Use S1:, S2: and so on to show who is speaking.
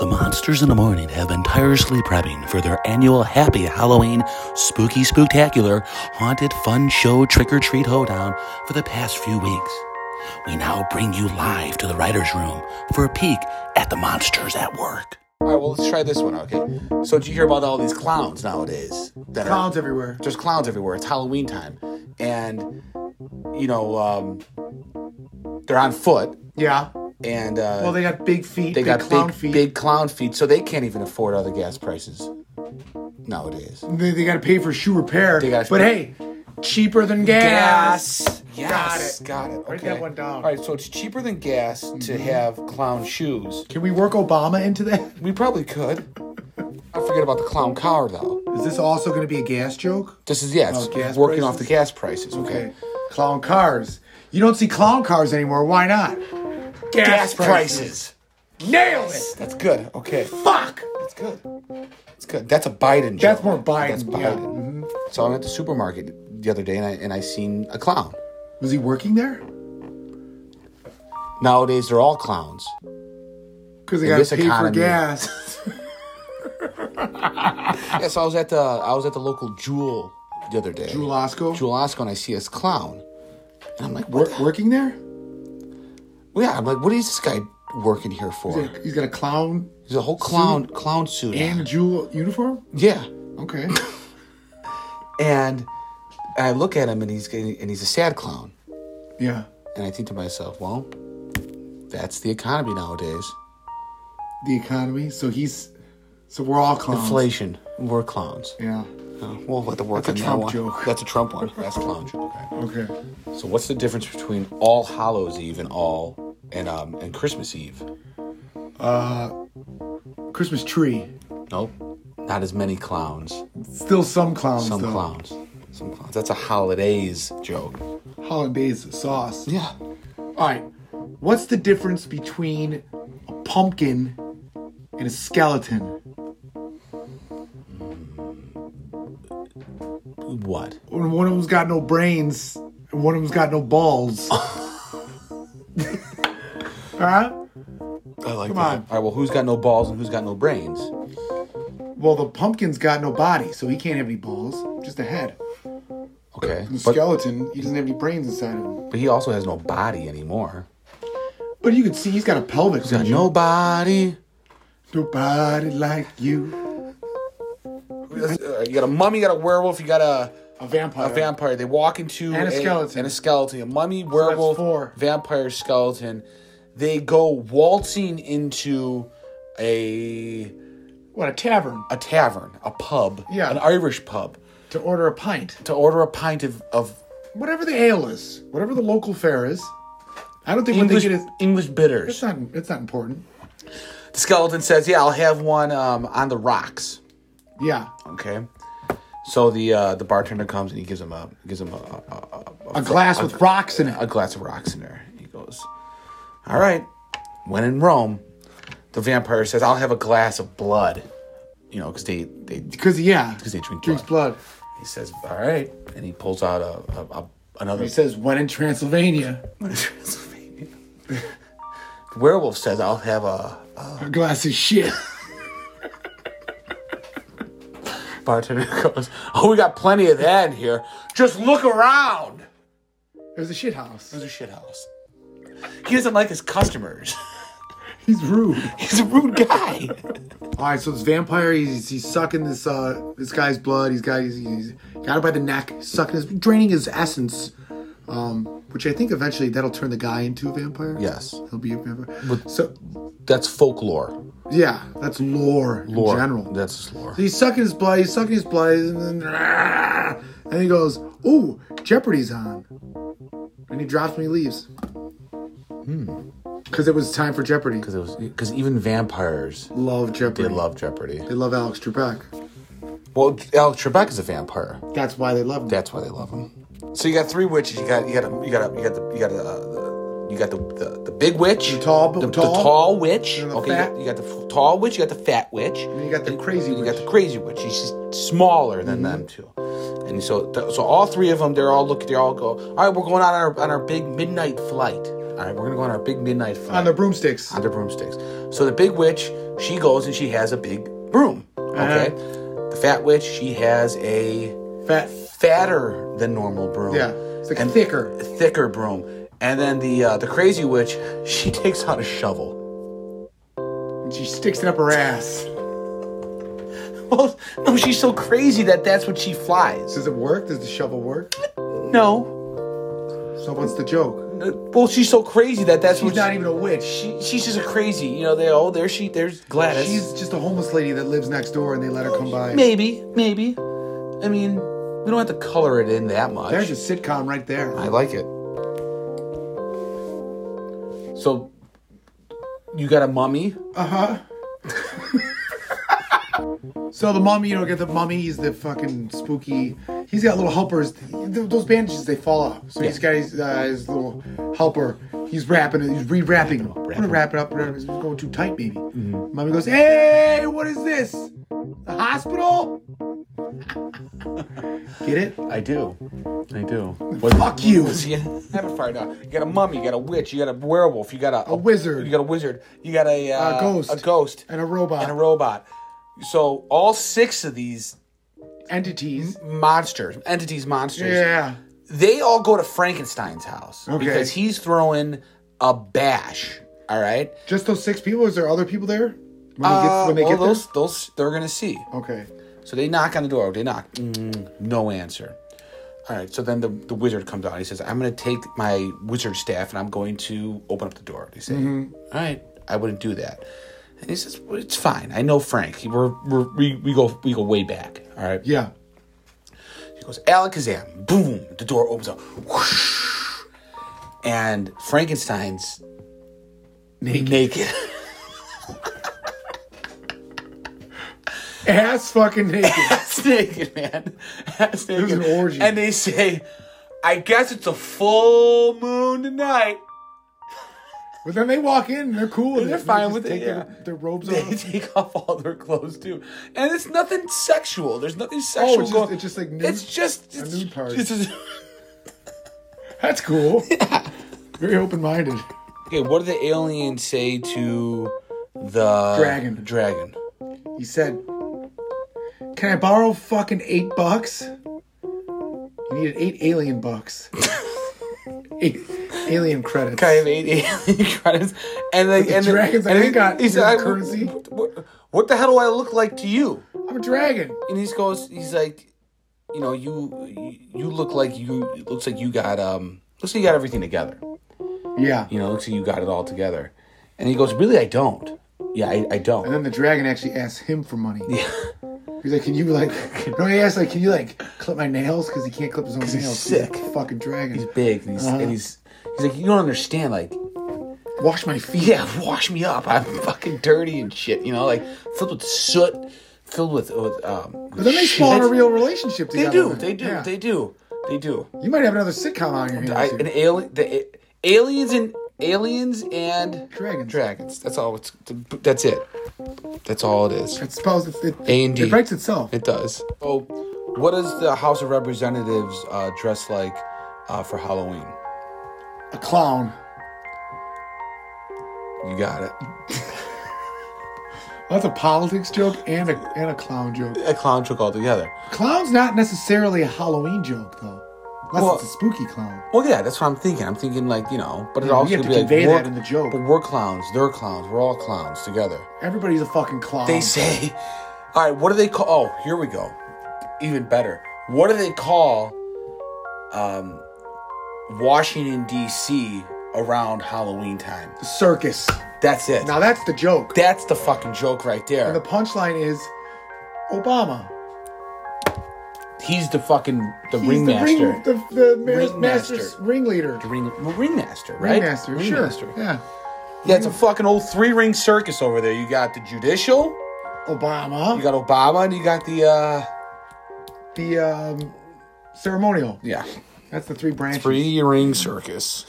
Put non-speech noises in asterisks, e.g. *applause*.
S1: The Monsters in the Morning have been tirelessly prepping for their annual Happy Halloween Spooky Spooktacular Haunted Fun Show Trick or Treat Hoedown for the past few weeks. We now bring you live to the writer's room for a peek at the monsters at work. All right, well, let's try this one, okay? So, did you hear about all these clowns nowadays? That are,
S2: Clowns everywhere.
S1: there's clowns everywhere. It's Halloween time. And, you know, um, they're on foot.
S2: Yeah.
S1: And, uh,
S2: Well, they got big feet.
S1: they
S2: big
S1: got
S2: clown
S1: big,
S2: feet.
S1: big clown feet, so they can't even afford other gas prices nowadays.
S2: They, got to pay for shoe repair.
S1: They gotta-
S2: but hey, cheaper than gas.
S1: Gas. Yes. Got it. Got it. Okay.
S2: Write that one down. Mm-hmm.
S1: All right, so it's cheaper than gas to have clown shoes.
S2: Can we work Obama into that? *laughs*
S1: We probably could. I forget about the clown car though.
S2: Is this also going to be a gas joke?
S1: This is yeah, it's
S2: Oh, gas
S1: working off the
S2: prices?
S1: gas prices. Okay.
S2: Clown cars. You don't see clown cars anymore. Why not?
S1: Gas prices.
S2: Nailed it.
S1: That's good. Okay.
S2: Fuck.
S1: That's good. That's good. That's a Biden joke.
S2: That's more Biden,
S1: That's
S2: yeah. Mm-hmm.
S1: Biden. So I'm at the supermarket the other day and I and I seen a clown.
S2: Was he working there?
S1: Nowadays they're all clowns.
S2: Because they
S1: In
S2: got
S1: this
S2: to pay
S1: economy.
S2: for
S1: *laughs*
S2: gas.
S1: Yeah, so I was at the I was at the local Jewel the other day.
S2: Drew Lasco
S1: Jewel Osco, and I see this clown, and I'm like, what?
S2: wor- working there.
S1: the- yeah, I'm like, what is this guy working here for?
S2: He's got a clown
S1: He's a whole clown clown suit.
S2: and a
S1: on.
S2: jewel uniform.
S1: yeah,
S2: Okay.
S1: and I look at him, and he's getting- and he's a sad clown,
S2: *laughs* yeah.
S1: and I think to myself, well, that's the economy nowadays.
S2: The economy. So he's. So we're all clowns.
S1: Inflation. We're clowns.
S2: Yeah.
S1: Oh, Um, We'll let the work
S2: That's
S1: on
S2: a
S1: that
S2: Trump
S1: one.
S2: joke.
S1: That's a Trump one. That's a clown joke. Okay.
S2: Okay.
S1: So what's the difference between All Hallows Eve and all and um and Christmas Eve?
S2: Christmas tree.
S1: Nope. Not as many clowns.
S2: Still some clowns.
S1: Some
S2: though.
S1: clowns. Some clowns. That's a holidays joke.
S2: Hollandaise sauce.
S1: Yeah.
S2: All right. What's the difference between a pumpkin and a skeleton?
S1: What?
S2: When one of them's got no brains, and one of them's got
S1: *laughs*
S2: no balls. *laughs* huh?
S1: I like
S2: Come on.
S1: All right. Well, who's got no balls and who's got no brains?
S2: Well, the pumpkin's got no body, so he can't have any balls, just a head.
S1: Okay.
S2: The
S1: But,
S2: skeleton, he doesn't have any brains inside of him.
S1: but he also has no body anymore.
S2: But you can see he's got a pelvic.
S1: He's got no body.
S2: Nobody like you.
S1: Uh, You got a mummy. You got a werewolf. You got a
S2: A vampire.
S1: a vampire. They walk into
S2: And a skeleton.
S1: and a skeleton. A mummy, werewolf,
S2: four.
S1: vampire, skeleton. They go waltzing into a
S2: What a tavern
S1: a tavern, a pub,
S2: Yeah.
S1: an Irish pub,
S2: to order a pint.
S1: to order a pint of, of
S2: Whatever the ale is, whatever the local fare is. I don't think
S1: English,
S2: when they get it.
S1: English bitters.
S2: It's not. It's not important.
S1: The skeleton says, "Yeah, I'll have one um, on the rocks."
S2: Yeah,
S1: Okay. So the uh, the bartender comes and he gives him a gives him a a, a,
S2: a glass with rocks in it.
S1: a glass of rocks in there. He goes, "All right, when in Rome." The vampire says, "I'll have a glass of blood," you know, because they they
S2: Because yeah, because
S1: they drink
S2: drinks blood.
S1: He says, "All right," and he pulls out a, a, a another.
S2: He says when in Transylvania,
S1: Transylvania. the *laughs* werewolf says, "I'll have a." *laughs*
S2: a glass of shit. *laughs*
S1: Bartender *laughs* goes, "Oh, we got plenty of that in here. Just look around."
S2: There's a shit house.
S1: It's a shit house. He doesn't like his customers. *laughs*
S2: He's rude.
S1: He's a rude guy.
S2: All right, so this vampire, he's, he's sucking this uh this guy's blood. He's got he's, he's got it by the neck, sucking his, draining his essence. Um, which I think eventually that'll turn the guy into a vampire.
S1: yes,
S2: he'll be a vampire. so
S1: that's folklore.
S2: yeah, that's lore,
S1: Lore.
S2: in general.
S1: That's just lore.
S2: So he's sucking his blood, he's sucking his blood, and then and he goes, Ooh, Jeopardy's on. And he drops me leaves.
S1: Hmm.
S2: Because it was time for Jeopardy.
S1: Because it was because even vampires
S2: Love Jeopardy.
S1: they love Jeopardy.
S2: They love Alex Trebek.
S1: Well, Alex Trebek is a vampire.
S2: That's why they love him.
S1: That's why they love him. So you got three witches. You got you got a, you got a, you got the you got a, uh, the, you got the, the the big witch,
S2: The tall-
S1: the, the
S2: tall.
S1: tall witch.
S2: And the
S1: okay, you
S2: fat.
S1: got, you got the f- tall witch. You got the fat witch.
S2: And you got the crazy
S1: You got
S2: witch. Mm-hmm.
S1: the crazy witch. She's smaller than them two. And so th- so all three of them, they're all looking. They all go. All right, we're going on our on our big midnight flight. All right, we're gonna go on our big midnight fight
S2: on the broomsticks.
S1: on their broomsticks. So the big witch, she goes and she has a big broom.
S2: Uh-huh.
S1: Okay. The fat witch, she has a
S2: Fat.
S1: fatter than normal broom.
S2: Yeah, it's like thicker.
S1: thicker broom. And then the uh, the crazy witch, *laughs* she takes out a shovel.
S2: And she sticks it up her ass.
S1: Well, no, she's so crazy that that's what she flies.
S2: Does it work? Does the shovel work?
S1: No.
S2: So what's the joke?
S1: Uh, Well, she's so crazy that that's
S2: She's
S1: what
S2: not even a witch.
S1: she, she's just a crazy. You know, they oh there she there's Gladys.
S2: She's just a homeless lady that lives next door, and they let her come by.
S1: maybe maybe. I mean, we don't have to color it in that much.
S2: There's a sitcom right there.
S1: I like it. So, you got a mummy?
S2: So the mummy, you know, get the mummy. He's the fucking spooky. He's got little helpers. Th- Those bandages they fall off. So he's got his, uh, his little helper. He's wrapping it. He's rewrapping. it. I'm gonna wrap it up. It's going too tight, maybe.
S1: Mm-hmm.
S2: Mummy goes, "Hey, what is this? The
S1: *laughs*
S2: hospital? get it?
S1: I do. I do. *laughs*
S2: Fuck you."
S1: you never find out. You got a mummy. You got a witch. You got a werewolf. You got a, a
S2: wizard.
S1: You got a wizard. You got a, uh,
S2: A ghost.
S1: A ghost.
S2: And a robot.
S1: And a robot. So all six of these Mm-hmm.
S2: Entities.
S1: monsters, entities, monsters.
S2: Yeah.
S1: they all go to Frankenstein's house
S2: Okay.
S1: because he's throwing a bash. All right.
S2: Just those six people. Is there other people there? When they
S1: Uh,
S2: get, when they
S1: well,
S2: get
S1: those,
S2: this?
S1: those they're gonna see.
S2: Okay.
S1: So they knock on the door. They knock. Mm, no answer. All right. So then the, the wizard comes out. He says, "I'm going to take my wizard staff and I'm going to open up the door." They say, "All right, I wouldn't do that." And he says, well, "It's fine. I know Frank. He- We're, we're, we we go we go way back. All right."
S2: Yeah.
S1: He goes, "Alakazam!" Boom. The door opens up. Whoosh. and Frankenstein's naked. *laughs*
S2: Ass
S1: *laughs*
S2: fucking naked.
S1: Ass naked, man. Ass naked.
S2: was an orgy.
S1: And they say, I guess it's a full moon tonight.
S2: But then they walk in and they're cool. And
S1: they're
S2: they
S1: fine
S2: just
S1: with it,
S2: take
S1: yeah.
S2: Their, their robes
S1: They
S2: *laughs* off.
S1: take off all their clothes too, and it's nothing sexual. There's nothing sexual.
S2: just-
S1: going-
S2: Oh, it's just like nude-
S1: it's just it's,
S2: nude party.
S1: it's just-
S2: That's cool. Very open minded.
S1: okay, what did the alien say to the
S2: Dragon.
S1: Dragon.
S2: He said, Can I borrow fucking eight bucks? You needed eight alien *laughs* bucks. eight alien credits.
S1: I have eight alien *laughs* credits, and like and
S2: dragon's
S1: and
S2: like,
S1: he-
S2: "I got
S1: he said,
S2: your
S1: "I-
S2: currency."
S1: What, what the hell do I look like to you?
S2: I'm a dragon.
S1: and he goes, he's like, you know, you you look like you it looks like you got um looks like you got everything together.
S2: Yeah.
S1: You know, looks like you got it all together. And he goes, really, I don't. Yeah, I, I
S2: And
S1: don't.
S2: then the dragon actually asks him for money. Yeah. He's like, Can you, like, *laughs* no, he asks, like, Can you, like, clip my nails? Because he can't clip his own nails.
S1: he's
S2: 'cause he's a
S1: sick.
S2: fucking dragon.
S1: He's big, and
S2: Uh-huh.
S1: he's, and he's he's like, you don't understand. Like,
S2: Wash my feet.
S1: yeah, wash me up. I'm *laughs* fucking dirty and shit. You know, like filled with soot, filled with with um.
S2: But then they spawn a real relationship
S1: They
S2: together.
S1: do.
S2: then.
S1: They do.
S2: Yeah.
S1: They do. They do.
S2: You might have another sitcom on your hands.
S1: I,
S2: here.
S1: an alien, the a- aliens and aliens and
S2: Dragons.
S1: Dragons. That's all. It's that's it. That's all it is.
S2: It spells it. it
S1: A and D.
S2: It writes itself.
S1: It does. So, what does the House of Representatives uh, dress like uh, for Halloween?
S2: a clown.
S1: You got it.
S2: Oh, That's a politics joke and a and a clown joke.
S1: A clown trick altogether.
S2: Clown's not necessarily a Halloween joke though, unless
S1: Well-
S2: it's a spooky clown.
S1: Well, yeah, that's what I'm thinking. I'm thinking like you know, but it
S2: Yeah, you
S1: also
S2: have
S1: could
S2: to
S1: be
S2: convey
S1: like,
S2: that in the joke.
S1: But we're clowns. They're clowns. We're all clowns together.
S2: Everybody's a fucking clown.
S1: They say, *laughs* all right, what do they call? Oh, here we go. Even better. What do they call um, Washington, D.C. around Halloween time?
S2: circus.
S1: That's it.
S2: Now that's the joke.
S1: That's the fucking joke right there.
S2: and the punchline is Obama.
S1: He's the fucking the
S2: He's
S1: ringmaster.
S2: The, ring, the, the ma-
S1: Ringmaster.
S2: master's ringleader.
S1: The ring, well, ringmaster, right?
S2: Ringmaster. Sure. Yeah.
S1: Yeah, it's a fucking old three ring circus over there. You got the judicial,
S2: Obama.
S1: you got Obama, and you got the uh
S2: the um, ceremonial.
S1: yeah
S2: That's the three branches.
S1: three ring circus.